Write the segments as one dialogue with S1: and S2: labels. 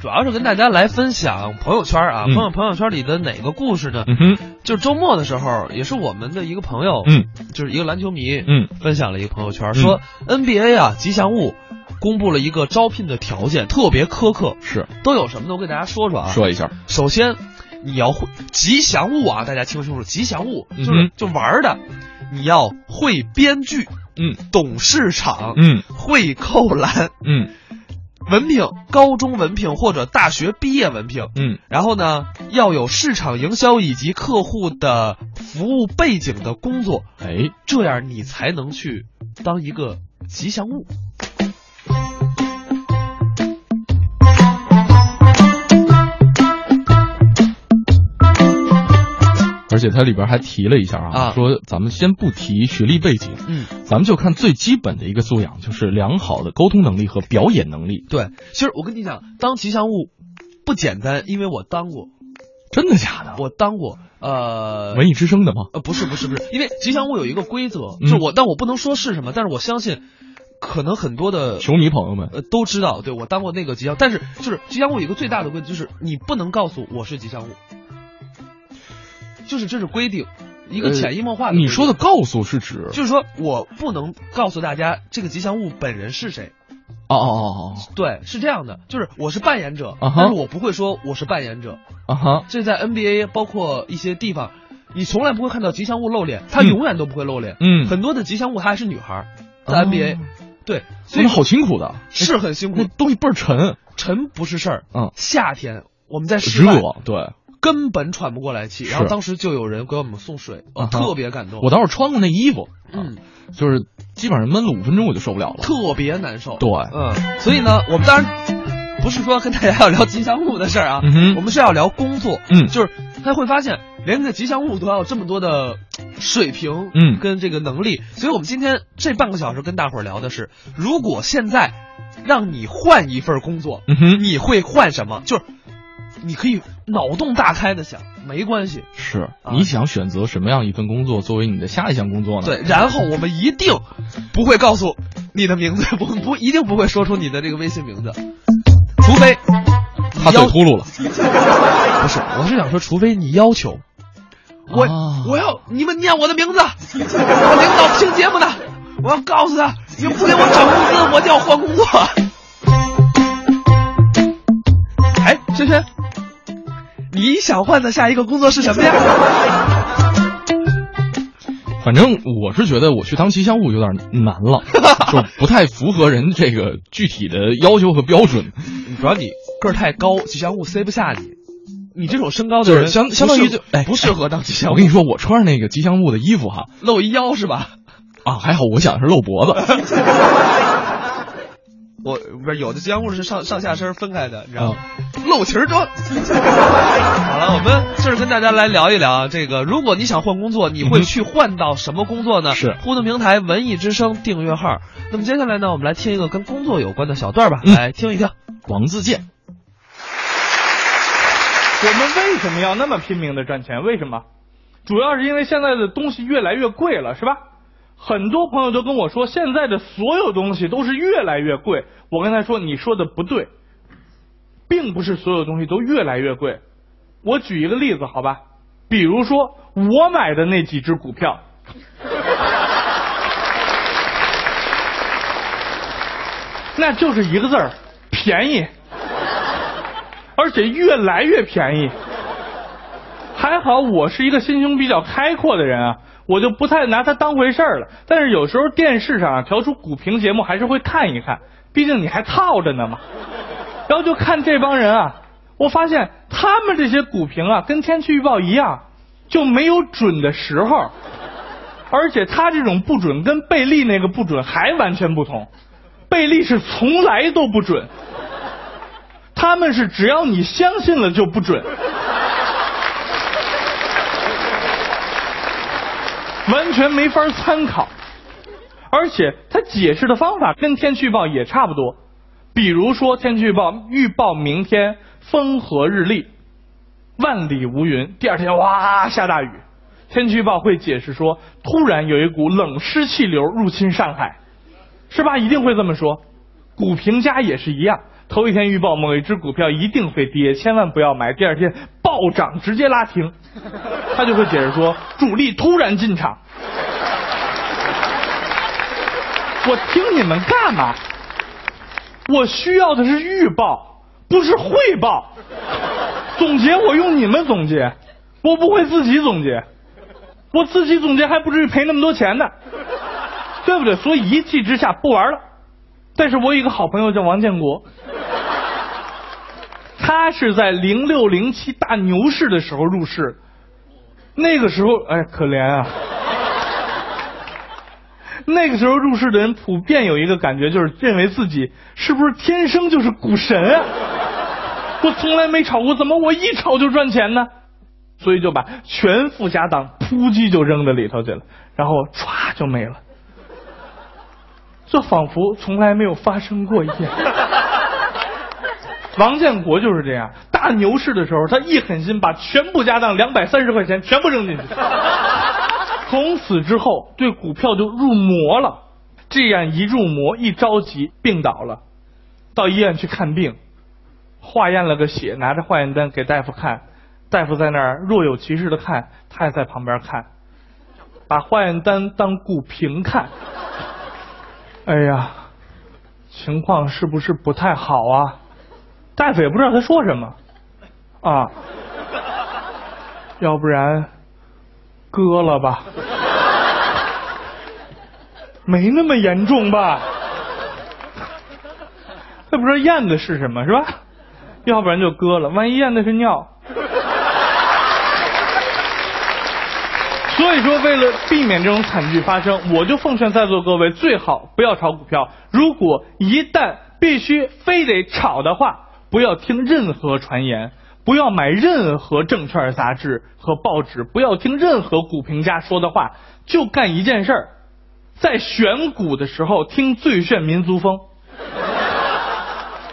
S1: 主要是跟大家来分享朋友圈啊，
S2: 嗯
S1: 朋友朋友圈里的哪个故事呢？
S2: 嗯哼，
S1: 就是周末的时候，也是我们的一个朋友，
S2: 嗯
S1: 就是一个篮球迷，
S2: 嗯，
S1: 分享了一个朋友圈，说 NBA 啊吉祥物公布了一个招聘的条件，特别苛刻，
S2: 是
S1: 都有什么呢？我给大家说说啊。
S2: 说一下，
S1: 首先，你要会吉祥物啊，大家听清楚，吉祥物就是、
S2: 嗯哼
S1: 就玩儿的，你要会编剧，
S2: 嗯，
S1: 懂市场，
S2: 嗯
S1: 会扣篮，
S2: 嗯
S1: 文凭，高中文凭或者大学毕业文凭。
S2: 嗯
S1: 然后呢，要有市场营销以及客户的服务背景的工作，
S2: 哎，
S1: 这样你才能去当一个吉祥物。
S2: 而且它里边还提了一下啊，
S1: 啊
S2: 说咱们先不提学历背景，
S1: 嗯，
S2: 咱们就看最基本的一个素养，就是良好的沟通能力和表演能力。
S1: 对，其实我跟你讲，当吉祥物不简单，因为我当过，
S2: 真的假的？
S1: 我当过，呃，
S2: 文艺之声的吗？
S1: 呃，不是不是不是，因为吉祥物有一个规则，
S2: 嗯
S1: 就是我，但我不能说是什么，但是我相信，可能很多的
S2: 球迷朋友们，
S1: 呃都知道，对我当过那个吉祥，但是就是吉祥物有一个最大的规则，就是你不能告诉我是吉祥物，就是这是规定，一个
S2: 呃
S1: 潜移默化的、
S2: 你说的。告诉是指？
S1: 就是说我不能告诉大家这个吉祥物本人是谁，
S2: 哦哦哦
S1: 对，是这样的，就是我是扮演者
S2: 啊哈
S1: 但是我不会说我是扮演者，
S2: 哦，啊哈，
S1: 这在 NBA 包括一些地方，你从来不会看到吉祥物露脸，它永远都不会露脸。
S2: 嗯
S1: 很多的吉祥物它还是女孩儿，在 NBA，、
S2: 哦
S1: 对，
S2: 他
S1: 所以
S2: 们好辛苦的，
S1: 是很辛
S2: 那
S1: 苦。
S2: 东西倍儿沉，
S1: 沉不是事儿，
S2: 嗯
S1: 夏天我们在室外
S2: 热，对
S1: 根本喘不过来气，
S2: 是
S1: 然后当时就有人给我们送水，
S2: 啊
S1: 啊，
S2: 哈
S1: 特别感动，
S2: 我啊当时穿过那衣服，
S1: 嗯，
S2: 就是基本上闷了五分钟我就受不了了。
S1: 特别难受。
S2: 对
S1: 嗯，所以呢，我们当然不是说跟大家要聊吉祥物的事儿啊，
S2: 嗯
S1: 我
S2: 哼，
S1: 们是要聊工作，
S2: 嗯
S1: 就是他会发现连个吉祥物都要有这么多的水平，
S2: 嗯
S1: 跟这个能力，所以我们今天这半个小时跟大伙儿聊的是，如果现在让你换一份工作，
S2: 嗯哼，
S1: 你会换什么？就是你可以脑洞大开的想，没关系，
S2: 是
S1: 啊
S2: 你想选择什么样一份工作作为你的下一项工作呢？，
S1: 对，然后我们一定不会告诉你的名字，不不一定不会说出你的这个微信名字，除非你
S2: 他嘴
S1: 要
S2: 秃噜了。
S1: 不是，我是想说，除非你要求，我、
S2: 啊
S1: 我要你们念我的名字，我领导听节目呢，我要告诉他，你们不给我涨工资，我就要换工作。哎，轩轩，你想换的下一个工作是什么呀？
S2: 反正我是觉得我去当吉祥物有点难了，就不太符合人这个具体的要求和标准，
S1: 主要你个儿太高，吉祥物塞不下你。你这种身高的
S2: 就是
S1: 人，
S2: 相相当于就哎
S1: 不适合当吉
S2: 哎
S1: 祥
S2: 我
S1: 物
S2: 跟，你说，我穿上那个吉祥物的衣服哈
S1: 露一腰是吧？
S2: 啊，还好我想的是露脖子，
S1: 我不是有的吉祥物是上上下身分开的，你知道
S2: 啊
S1: 吗？露脐儿装。 好了，我们就是跟大家来聊一聊啊这个，如果你想换工作，你
S2: 嗯
S1: 会
S2: 哼
S1: 去换到什么工作呢？
S2: 是
S1: 互动平台文艺之声订阅号。那么接下来呢，我们来听一个跟工作有关的小段儿吧，
S2: 嗯
S1: 来听一听。
S2: 王自 健。
S3: 我们为什么要那么拼命的赚钱？为什么？主要是因为现在的东西越来越贵了，是吧？很多朋友都跟我说，现在的所有东西都是越来越贵。我跟他说，你说的不对，并不是所有东西都越来越贵。我举一个例子，好吧？比如说我买的那几只股票，那就是一个字儿便宜。而且越来越便宜。还好我是一个心胸比较开阔的人啊，我就不太拿它当回事儿了。但是有时候电视上啊调出股评节目，还是会看一看，毕竟你还套着呢嘛。然后就看这帮人啊，我发现他们这些股评啊，跟天气预报一样，就没有准的时候。而且他这种不准跟贝利那个不准还完全不同，贝利是从来都不准。他们是只要你相信了就不准。完全没法参考，而且他解释的方法跟天气预报也差不多，比如说天气预报预报明天风和日丽，万里无云，第二天哇下大雨，天气预报会解释说突然有一股冷湿气流入侵上海，是吧？一定会这么说。股评家也是一样，头一天预报某一只股票一定会跌，千万不要买。第二天暴涨，直接拉停。他就会解释说，主力突然进场。我听你们干嘛？我需要的是预报，不是汇报。总结我用你们总结，我不会自己总结，我自己总结还不至于赔那么多钱呢，对不对？所以一气之下不玩了。但是我有一个好朋友叫王建国，他是在零六零七大牛市的时候入市，那个时候哎可怜啊。那个时候入市的人普遍有一个感觉，就是认为自己是不是天生就是股神啊？我从来没炒过，怎么我一炒就赚钱呢？所以就把全副家当扑叽就扔到里头去了，然后歘就没了。这仿佛从来没有发生过一样。王建国就是这样，大牛市的时候，他一狠心把全部家当两百三十块钱全部扔进去，从此之后对股票就入魔了。这样一入魔，一着急病倒了，到医院去看病，化验了个血，拿着化验单给大夫看，大夫在那儿若有其事的看，他也在旁边看，把化验单当股评看。哎呀，情况是不是不太好啊？大夫也不知道他说什么啊，要不然割了吧，没那么严重吧？他不知道验的是什么是吧？要不然就割了，万一验的是尿。所以说，为了避免这种惨剧发生，我就奉劝在座各位最好不要炒股票。如果一旦必须非得炒的话，不要听任何传言，不要买任何证券杂志和报纸，不要听任何股评家说的话，就干一件事儿，在选股的时候听最炫民族风。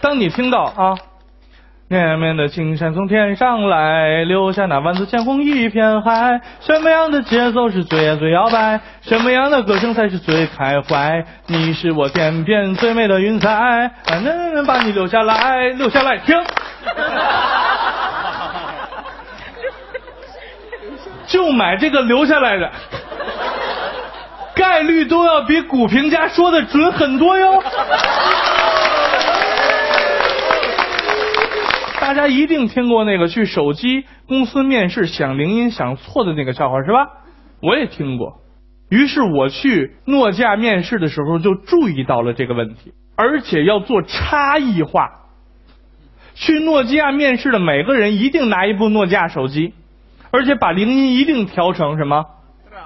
S3: 当你听到啊。绵绵的青山从天上来，留下那万紫千红一片海。什么样的节奏是最最摇摆？什么样的歌声才是最开怀？你是我天边最美的云彩，啊，能能把你留下来，留下来，听。就买这个留下来的，概率都要比股评家说的准很多哟。大家一定听过那个去手机公司面试响铃音响错的那个笑话是吧？我也听过。于是我去诺基亚面试的时候就注意到了这个问题，而且要做差异化。去诺基亚面试的每个人一定拿一部诺基亚手机，而且把铃音一定调成什么？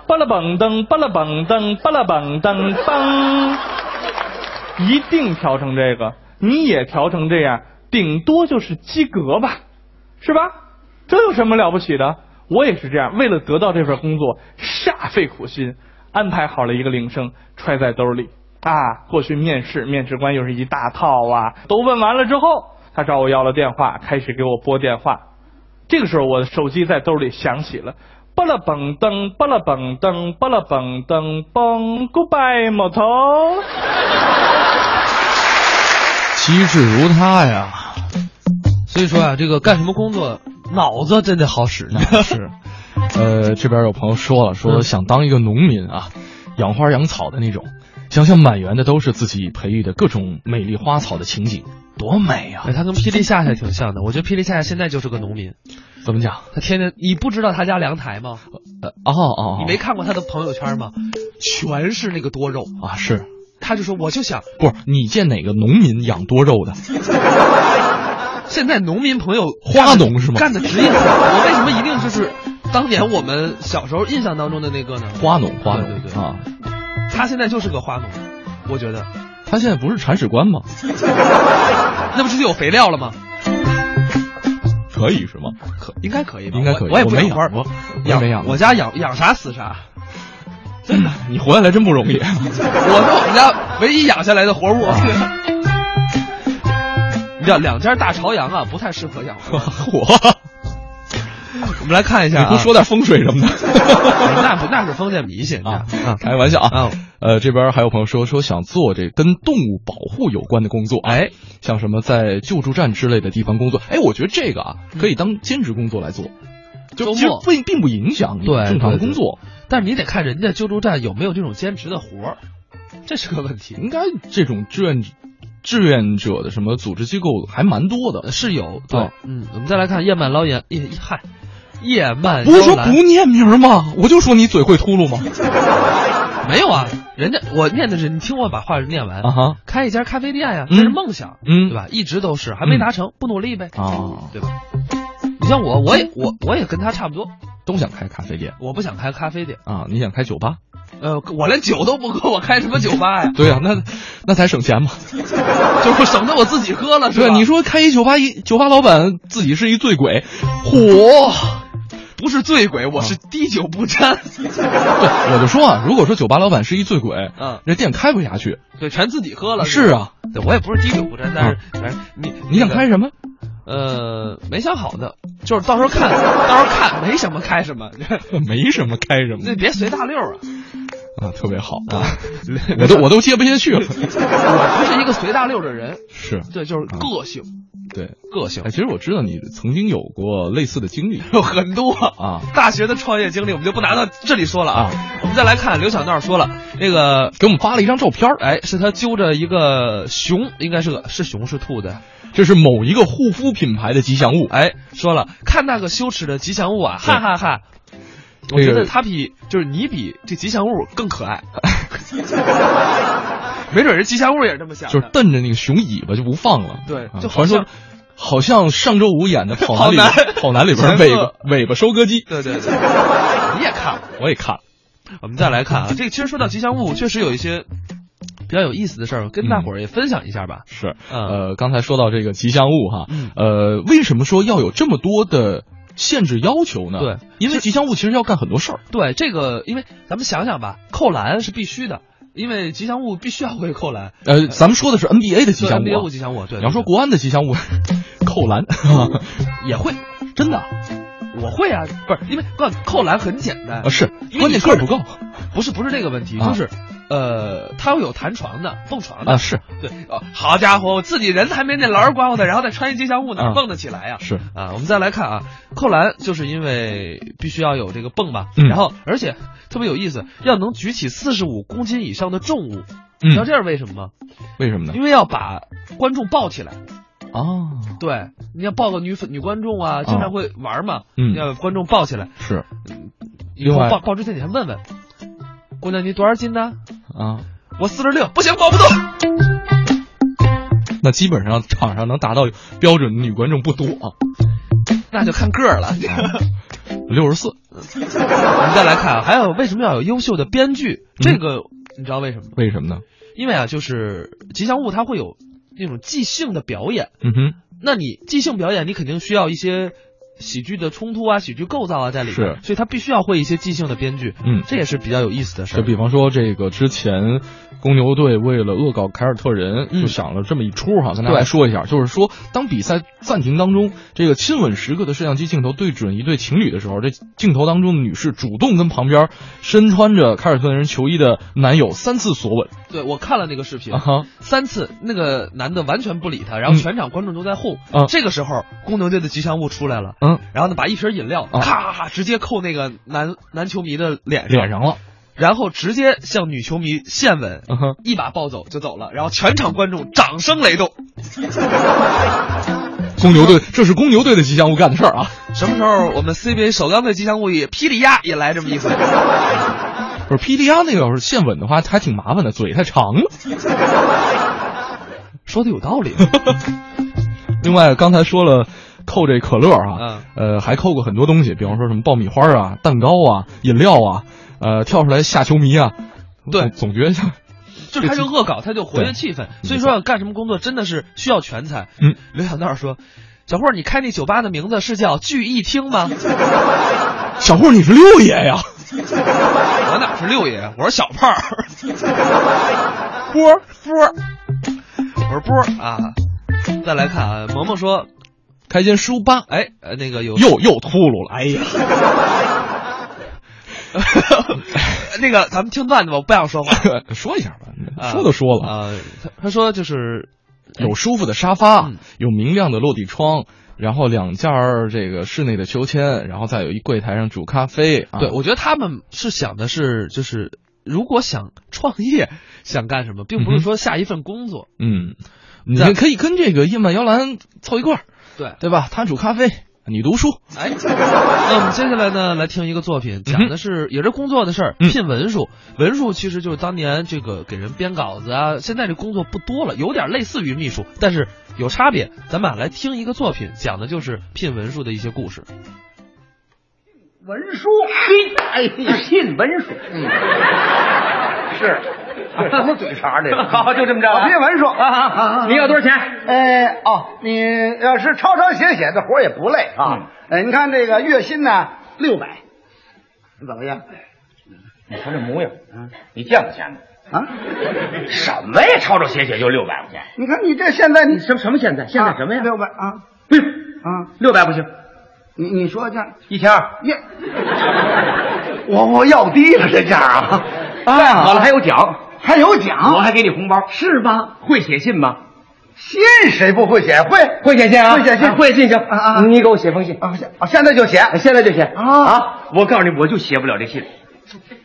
S3: 巴拉蹦噔，巴拉蹦噔，巴拉蹦噔噔，一定调成这个，你也调成这样，顶多就是及格吧，是吧？这有什么了不起的？我也是这样，为了得到这份工作，煞费苦心，安排好了一个铃声，揣在兜里啊。过去面试，面试官又是一大套啊，都问完了之后，他找我要了电话，开始给我拨电话。这个时候，我的手机在兜里响起了，巴拉蹦噔，巴拉蹦噔，巴拉蹦噔，蹦，Goodbye，某 头。
S2: 机智如他呀，
S1: 所以说啊，这个干什么工作，脑子真得好使呢。 嗯
S2: 是。呃，这边有朋友说了，说想当一个农民啊，养花养草的那种。想想满园的都是自己培育的各种美丽花草的情景，多美啊
S1: 哎，！他跟霹雳夏夏挺像的，我觉得霹雳夏夏现在就是个农民，
S2: 怎么讲？
S1: 他天天，你不知道他家凉台吗？
S2: 呃，哦哦，
S1: 你
S2: 哦
S1: 没看过他的朋友圈吗？全是那个多肉，
S2: 啊？是，
S1: 他就说我就想，
S2: 不是你见哪个农民养多肉的？
S1: 现在农民朋友
S2: 花农是吗？
S1: 干的职业是什么，我为什么一定就是当年我们小时候印象当中的那个呢？
S2: 花农，花农
S1: 对对对
S2: 啊！
S1: 他现在就是个花农，我觉得，
S2: 他现在不是铲屎官吗？
S1: 那不是就有肥料了吗？
S2: 可以是吗？
S1: 可应该可以吧？
S2: 应该可以
S1: 我我也
S2: 我
S1: 不
S2: 没
S1: 养花，
S2: 养过我也
S1: 养
S2: 没养过
S1: 我家养养啥死啥。
S2: 真的，你活下来真不容易。
S1: 我是我们家唯一养下来的活物。 你知道两家大朝阳啊，不太适合养活。
S2: 我，
S1: 我们来看一
S2: 你
S1: 下、啊， 哎
S2: 不说点风水什么的？
S1: 那不那是封建迷信
S2: 啊
S1: 啊，
S2: 开玩笑啊
S1: 啊！
S2: 呃，这边还有朋友说说想做这跟动物保护有关的工作，哎，像什么在救助站之类的地方工作，哎，我觉得这个啊可以当兼职工作来做，就
S1: 嗯周
S2: 其实
S1: 末
S2: 并并不影响你
S1: 对
S2: 正常的
S1: 对对
S2: 工作，
S1: 但是你得看人家救助站有没有这种兼职的活儿，这是个问题。
S2: 应该这种志愿志愿者的什么组织机构还蛮多的，
S1: 是有对，
S2: 哦
S1: 嗯，我们再来看夜漫捞眼夜嗨，夜漫
S2: 不是说
S1: 妖
S2: 不
S1: 兰
S2: 念名吗？我就说你嘴会秃噜 吗？
S1: 没有啊，人家我念的是你听我把话念完
S2: 啊哈，
S1: 开一家咖啡店呀，这
S2: 嗯
S1: 是梦想，
S2: 嗯
S1: 对吧？一直都是，还没达成，不努力呗，
S2: 啊，
S1: 对吧？你像我，我也我我也跟他差不多，
S2: 都想开咖啡店
S1: 我不想开咖啡店，
S2: 啊，你想开酒 吧？？
S1: 呃，我连酒都不喝，我开什么酒吧呀
S2: 对啊，那那才省钱嘛。
S1: 就是省得我自己喝了，是
S2: 对，
S1: 吧？
S2: 你说开一酒吧，一酒吧老板自己是一醉鬼，嚯！
S1: 不是醉鬼，我是
S2: 啊
S1: 滴酒不 沾，
S2: 对，我就说啊，如果说酒吧老板是一醉鬼，
S1: 嗯，
S2: 这店开不下去。
S1: 对，全自己喝了。
S2: 是啊，
S1: 对，我也不是滴酒不沾，但是反正你
S2: 你想开？什么？
S1: 呃，没想好呢，就是到时候看，到时候看，没什么开什么，
S2: 没什么开什么
S1: 这别随大溜啊！
S2: 啊，特别好啊，我都我都接不下去了。
S1: 我不是一个随大溜的人，
S2: 是
S1: 对，就是个性，
S2: 对，
S1: 个性
S2: 哎，其实我知道你曾经有过类似的经历
S1: 有很多
S2: 啊，
S1: 大学的创业经历，我们就不拿到这里说了啊。
S2: 啊
S1: 我们再来看刘小闹说了，那个
S2: 给我们发了一张照片儿，
S1: 哎，是他揪着一个熊，应该是个是熊是兔的，
S2: 这是某一个护肤品牌的吉祥物。
S1: 哎，说了看那个羞耻的吉祥物啊，哈哈哈。
S2: 这
S1: 我
S2: 个
S1: 觉得他比就是你比这吉祥物更可 爱，没准人吉祥物也是这么想的。
S2: 就是瞪着那个熊尾巴就不放了。
S1: 对
S2: 啊
S1: 就好
S2: 传说
S1: 像
S2: 好像上周五 演的《跑男》里边
S1: 跑男
S2: 《跑男》里
S1: 前
S2: 边尾
S1: 恶
S2: 巴尾巴收割机，
S1: 对对对，你也看了。
S2: 我也看了。
S1: 我们再来看啊，这个其实说到吉祥物，确实有一些比较有意思的事儿，跟大伙儿也分享一下吧。
S2: 是，
S1: 嗯
S2: 呃，刚才说到这个吉祥物哈
S1: 嗯，
S2: 呃，为什么说要有这么多的限制要求呢？
S1: 对，
S2: 因为吉祥物其实要干很多事儿。
S1: 对这个，因为咱们想想吧，扣篮是必须的，因为吉祥物必须要会扣篮。
S2: 呃，咱们说的是 NBA 的吉
S1: 对
S2: 祥
S1: NBA
S2: 物
S1: 物
S2: 啊，
S1: 吉祥物，对，
S2: 你要说
S1: 对
S2: 国安的吉祥物， 扣 篮，
S1: 也会，
S2: 真的啊
S1: 我会啊，不是因为关扣篮很简单
S2: 啊，是，
S1: 因为
S2: 关
S1: 你
S2: 键
S1: 说
S2: 够不够
S1: 不是不是这个问题，
S2: 啊
S1: 就是呃，它会有弹床的、蹦床的，
S2: 啊？是
S1: 对，哦，好家伙，我自己人还没那篮儿刮我的，然后再穿一吉祥物呢
S2: 啊，
S1: 蹦得起来呀、
S2: 是，
S1: 啊，我们再来看啊，扣篮就是因为必须要有这个蹦嘛，
S2: 嗯
S1: 然后而且特别有意思，要能举起四十五公斤以上的重物，你知道
S2: 嗯，
S1: 这是为什么吗？
S2: 为什么呢？
S1: 因为要把观众抱起来，
S2: 啊，
S1: 对，你要抱个女粉女观众啊，经常会玩嘛，
S2: 嗯
S1: 要把观众抱起来，
S2: 是
S1: 以
S2: 另
S1: 后
S2: 外
S1: 抱抱之前你还问问，姑娘你多少斤呢？
S2: 啊，
S1: 我四十六，不行，抱不动。
S2: 那基本上场上能达到标准的女观众不多 啊，
S1: 那就看个儿了。
S2: 六十四
S1: 我们再来看啊，还有为什么要有优秀的编剧？
S2: 嗯
S1: 这个你知道为什么吗？
S2: 为什么呢？
S1: 因为啊，就是吉祥物它会有那种即兴的表演，
S2: 嗯哼，
S1: 那你即兴表演，你肯定需要一些喜剧的冲突啊、喜剧构造啊在里面，
S2: 是
S1: 所以它必须要会一些即兴的编剧，
S2: 嗯，
S1: 这也是比较有意思的事
S2: 就
S1: 儿。
S2: 比方说这个之前公牛队为了恶搞凯尔特人，
S1: 嗯
S2: 就想了这么一出哈，跟大
S1: 对
S2: 家说一下，就是说当比赛暂停当中，这个亲吻时刻的摄像机镜头对准一对情侣的时候，这镜头当中的女士主动跟旁边身穿着凯尔特人球衣的男友三次索吻
S1: 对我看了那个视频
S2: 啊，哈，
S1: 三次那个男的完全不理他，然后全场观众都在哄。
S2: 嗯
S1: 这个时候，公牛队的吉祥物出来了，
S2: 嗯，
S1: 然后呢，把一瓶饮料
S2: 啊
S1: 咔直接扣那个男男球迷的脸上，
S2: 脸上了，
S1: 然后直接向女球迷献吻，
S2: 嗯哼，
S1: 一把抱走就走了，然后全场观众掌声雷动。嗯
S2: 公牛队这是公牛队的吉祥物干的事儿啊。
S1: 什么时候我们 CBA 首钢队吉祥物也霹雳鸭也来这么一回？
S2: 不是 PDR 那个要是现吻的话，还挺麻烦的，嘴太长了。
S1: 说的有道理，啊
S2: 另外，刚才说了扣这可乐啊，
S1: 嗯
S2: 呃，还扣过很多东西，比方说什么爆米花啊、蛋糕啊、饮料啊，呃，跳出来吓球迷啊。
S1: 对
S2: 总总觉得像
S1: 就是他就恶搞，他就活跃
S2: 对
S1: 气氛，所以说要干什么工作真的是需要全才。
S2: 嗯，
S1: 刘小闹说：“小霍，你开那酒吧的名字是叫聚义厅吗？”
S2: 小霍你是六爷 呀，
S1: 我哪是六爷，啊我是小胖儿， 波儿波儿，我是波儿啊。再来看啊，萌萌说，
S2: 开间书吧，
S1: 哎，呃那个有
S2: 又又秃噜了，哎呀，
S1: 那个咱们听段子吧，我不想说话。
S2: 说一下吧，
S1: 啊
S2: 说都说了，
S1: 啊，他他说就是哎
S2: 有舒服的沙发
S1: 嗯，
S2: 有明亮的落地窗，然后两件儿这个室内的秋千，然后再有一柜台上煮咖啡。啊
S1: 对，我觉得他们是想的是，就是如果想创业，想干什么，并不
S2: 嗯
S1: 是
S2: 哼
S1: 说下一份工作。
S2: 嗯，你
S1: 在
S2: 可以跟这个叶曼摇篮凑一块儿，
S1: 对，
S2: 对吧？他煮咖啡，你读书。
S1: 哎，那我们接下来呢，来听一个作品，讲的是也是工作的事儿，
S2: 嗯
S1: 聘文书。文书其实就是当年这个给人编稿子啊，现在这工作不多了，有点类似于秘书，但是有差别。咱们啊来听一个作品，讲的就是聘文书的一些故事。
S4: 文书，嘿，哎，信文书，是，嗯什么嘴茬这个？好，就这么着、 啊。信文书啊，你要多少钱？呃，哦，你要是抄抄写写的活儿也不累啊。呃，你看这个月薪呢，六百，怎么样？
S5: 你瞧这模样，啊，你见过钱吗？
S4: 啊，
S5: 什么呀，抄抄写写就六百块钱？
S4: 你看你这现在你
S5: 什么什么现在？现在什么呀？
S4: 六百啊
S5: 哎呦
S4: 啊！
S5: 六百不行，
S4: 你你说这
S5: 一千二。
S4: 耶，我我要低了这价啊！
S5: 太好了，还
S4: 有
S5: 有奖，
S4: 还有奖，
S5: 我还给你红包。
S4: 是吧？
S5: 会写信吗？
S4: 信谁不会写？会
S5: 会写信啊，
S4: 会写信
S5: 啊会信行
S4: 啊啊啊
S5: 你给我写封信，
S4: 啊！现啊现在就写，
S5: 现在就写
S4: 啊
S5: 啊！我告诉你，我就写不了这 信。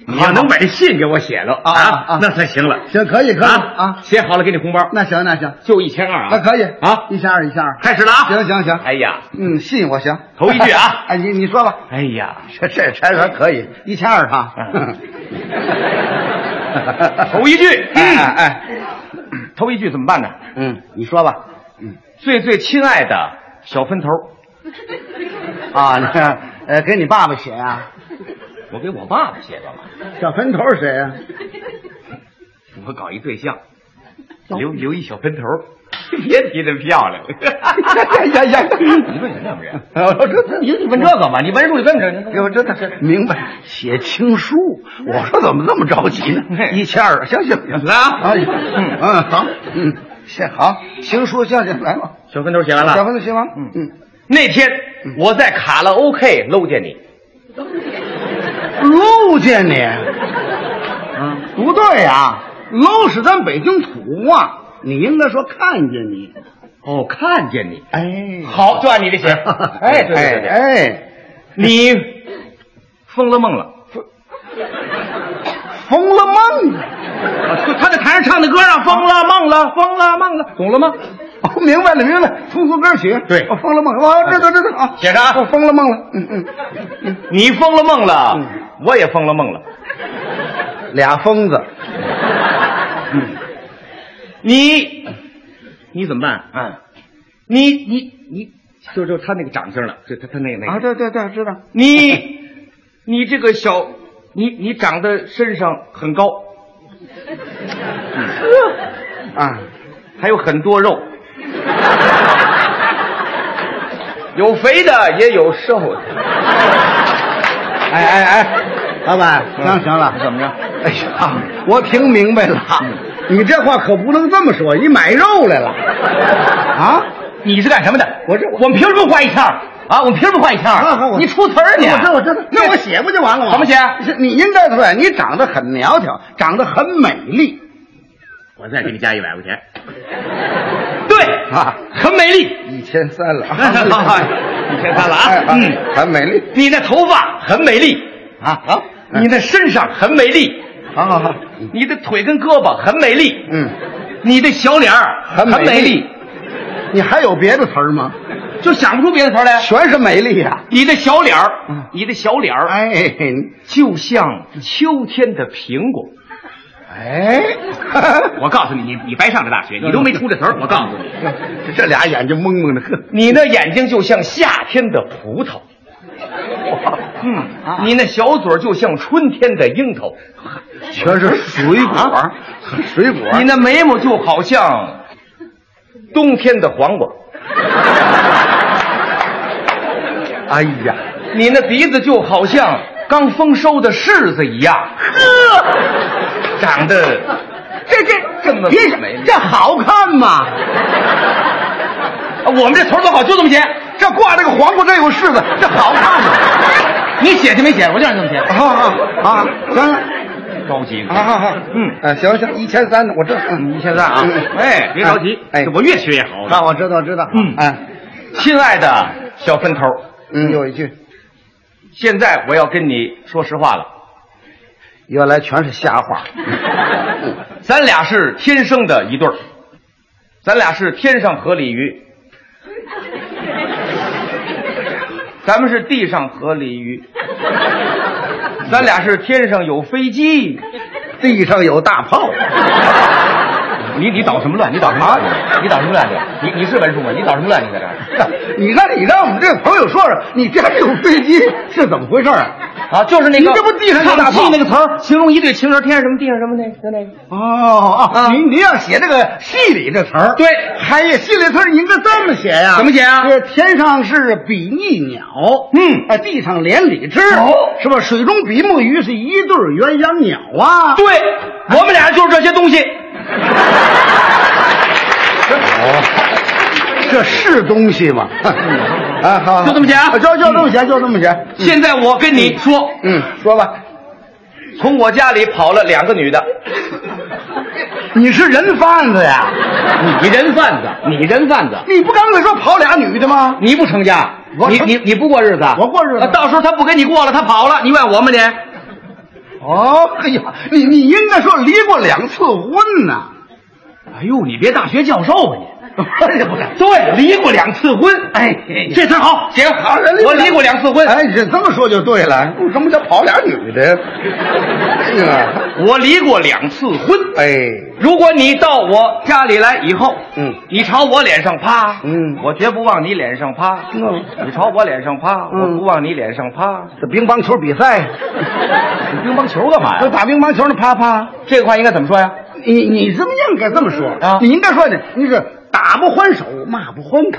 S5: 你要能把这信给我写了
S4: 啊啊啊
S5: 那才行了。
S4: 行，可以可以
S5: 啊，写好了给你红包，
S4: 那行那行，
S5: 就一千二啊。
S4: 那可以
S5: 啊，
S4: 一千二一千二，
S5: 开始了啊！
S4: 行行行，
S5: 哎呀，
S4: 嗯，信我行，
S5: 头一句啊
S4: 哎，你你说吧，
S5: 哎呀，
S4: 这这这还可以，一千二哈，
S5: 嗯头一句，嗯
S4: 哎哎哎，
S5: 头一句怎么办呢？
S4: 嗯，你说吧，嗯
S5: 最最亲爱的小分头，
S4: 啊， 那呃，给你爸爸写啊，
S5: 我给我爸爸写干嘛？
S4: 小坟头啊是谁呀？
S5: 我搞一对象，留留一小分头， 别提那漂亮。
S4: 哎 呀 呀
S5: 你问你那么人，
S4: 我这这
S5: 你你问这干嘛？你文书你问这，
S4: 哎，我真的是明白写情书。我说怎么这么着急呢？
S5: 嗯
S4: 一千二，行行行，
S5: 来啊
S4: 哎嗯嗯，好，嗯，写好情书，行行，来吧，
S5: 小分头写完
S4: 小
S5: 了。
S4: 分子嗯行吗？嗯
S5: 那天我在卡拉 OK 搂见你，
S4: 嗯，漏见你，
S5: 啊
S4: 不对呀、漏是咱北京土话，你应该说看见你。
S5: 哦，看见你，
S4: 哎，
S5: 好，就按你的写。 哎，对对对对，
S4: 哎，
S5: 你疯了梦了。
S4: 疯了梦了！
S5: 啊他在台上唱的歌啊，疯了梦了，疯了梦了，懂了吗？
S4: 哦，明白了，明白了，通俗歌曲。
S5: 对
S4: 哦疯了梦了。哦，这这这这啊，
S5: 写着啊
S4: 哦疯了梦了。嗯嗯，
S5: 你疯了梦了，我也疯了梦了。
S4: 俩疯子。
S5: 你你怎么办？啊，你你你，就就他那个长相了，就他他那个那个
S4: 啊，对对对，知道。
S5: 你你这个小你你长得身上很高，
S4: 啊，
S5: 还有很多肉，有肥的也有瘦的，
S4: 哎哎哎，老板，
S5: 嗯
S4: 行行了，
S5: 怎么着？
S4: 哎呀，我听明白了，你这话可不能这么说，你买肉来了啊？
S5: 你是干什么的？
S4: 我这我
S5: 我们凭什么画一条啊？我们凭什么画一条？
S4: 啊好我
S5: 你出词儿你？
S4: 我这我这，那我写不就完了吗？
S5: 怎么写
S4: 是你应该对，你长得很苗条，长得很美丽
S5: 我再给你加一百块钱。对
S4: 啊，
S5: 很美丽。
S4: 一千三 了，啊
S5: 一千三了啊
S4: 哎
S5: 嗯
S4: 很美丽，
S5: 你的头发很美丽
S4: 啊嗯好
S5: 你的身上很美丽，
S4: 好好好，
S5: 你的腿跟胳膊很美丽，
S4: 嗯，
S5: 你的小脸儿
S4: 很美
S5: 美
S4: 丽你还有别的词儿吗？
S5: 就想不出别的词儿来。
S4: 全是美丽呀、
S5: 你的小脸儿、你的小脸儿、
S4: 哎
S5: 就像秋天的 苹果。
S4: 哎，
S5: 我告诉你，你你白上这大
S4: 嗯
S5: 学，你都没出这词儿。我告诉你，
S4: 这这俩眼睛蒙蒙的，呵。
S5: 你那眼睛就像夏天的 葡萄，
S4: 啊
S5: 嗯，你那小嘴儿就像春天的樱桃，
S4: 全是水果，
S5: 啊
S4: 水果。
S5: 你那眉毛就好像冬天的黄瓜，
S4: 哎呀，
S5: 你那鼻子就好像刚丰收的柿子一样，呵，长得这这这么
S4: 别
S5: 美丽
S4: 这好看吗？
S5: 啊我们这头儿多好，就这么写。
S4: 这挂这个黄瓜，这有柿子， 这好看吗？
S5: 你写去没写？我就让你这么写。
S4: 啊啊啊！行了，
S5: 着急
S4: 啊啊啊！
S5: 嗯，
S4: 哎，行行，一千三，我这
S5: 你现在啊
S4: 嗯，
S5: 哎，别着急，
S4: 哎，
S5: 我越学越好
S4: 啊，
S5: 的。
S4: 我知道知道，
S5: 嗯
S4: 哎，
S5: 亲爱的小分头，
S4: 嗯，又一句，
S5: 现在我要跟你说实话了，
S4: 原来全是瞎话，
S5: 咱俩是天生的一对儿，咱俩是天上河鲤鱼，咱们是地上河鲤鱼，咱俩是天上有飞机。
S4: 地上有大炮，
S5: 你你捣什么乱？你捣什么乱？你捣什么乱？你你你是文书吗？你捣什么乱？你在这儿
S4: 你看你让我们这个朋友说说，你家里有飞机是怎么回事啊？
S5: 啊， 就是那个，
S4: 你这不地上有大炮
S5: 看不起那个词儿，形容一对情人，天上什么地上什么那个就那个。
S4: 哦啊，您您要写这个戏里这词儿，
S5: 对
S4: 哎呀，戏里词儿你应该这么写呀，
S5: 怎么写啊
S4: 是天上是比翼鸟，
S5: 嗯
S4: 哎，地上连理枝，
S5: 哦
S4: 是吧？水中比目鱼是一对儿鸳鸯鸟啊，
S5: 对，我们俩就是这些东西。
S4: 这是东西 吗？啊，好，好
S5: 嗯就这么写啊嗯
S4: 就就这么写，就这么写。
S5: 现在我跟你说，
S4: 嗯，说吧，
S5: 从我家里跑了两个女的，
S4: 你是人贩子呀？
S5: 你人贩子，你人贩子，
S4: 你不刚才说跑俩女的吗？
S5: 你不成家，
S4: 我
S5: 你你你不过日子，
S4: 我过日子
S5: 啊到时候他不跟你过了，他跑了，你怨我们去。
S4: 哦，哎呀，你你应该说离过两次婚呐。
S5: 哎呦，你别大学教授啊你！
S4: 哎呀，不敢。
S5: 对，离过两次婚，哎，这词儿好，行，
S4: 好人
S5: 我离过两次婚，
S4: 哎，这这么说就对了，什么叫跑俩女的 呀？是啊，
S5: 我离过两次婚。
S4: 哎，
S5: 如果你到我家里来以后，
S4: 嗯，
S5: 你朝我脸上趴，
S4: 嗯
S5: 我绝不往你脸上趴，
S4: 嗯
S5: 你朝我脸上趴，
S4: 嗯
S5: 我不往你脸上趴。
S4: 这乒乓球比赛，
S5: 你 乒乓球干嘛
S4: 这？打乒乓球的啪啪，
S5: 这个话应该怎么说呀？
S4: 你你这么应该这么说
S5: 啊
S4: 你应该说呢，你是打不还手，骂不还口。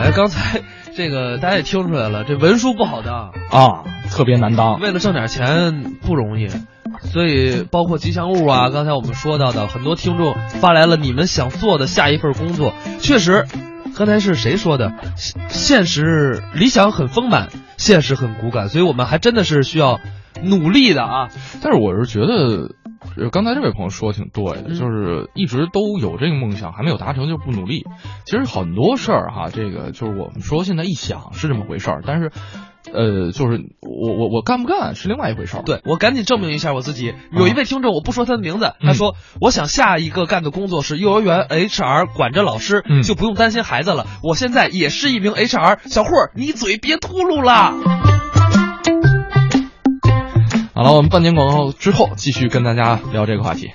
S1: 哎，刚才这个大家也听出来了，这文书不好当，
S2: 啊，特别难当。
S1: 为了挣点钱不容易，所以包括吉祥物啊，刚才我们说到的，很多听众发来了你们想做的下一份工作，确实，刚才是谁说的？现现实理想很丰满，现实很骨感，所以我们还真的是需要努力的啊。
S2: 但是我是觉得，呃刚才这位朋友说的挺对的，
S1: 嗯
S2: 就是一直都有这个梦想，还没有达成就不努力。其实很多事儿哈，这个就是我们说现在一想是这么回事儿，但是，呃，就是我我我干不干是另外一回事儿。
S1: 对我赶紧证明一下我自己。有
S2: 嗯
S1: 一位听众，我不说他的名字，他说我想下一个干的工作是幼儿园 HR 管着老师，
S2: 嗯
S1: 就不用担心孩子了。我现在也是一名 HR 小霍儿，你嘴别秃噜了。
S2: 好了，我们半年广告之后继续跟大家聊这个话题。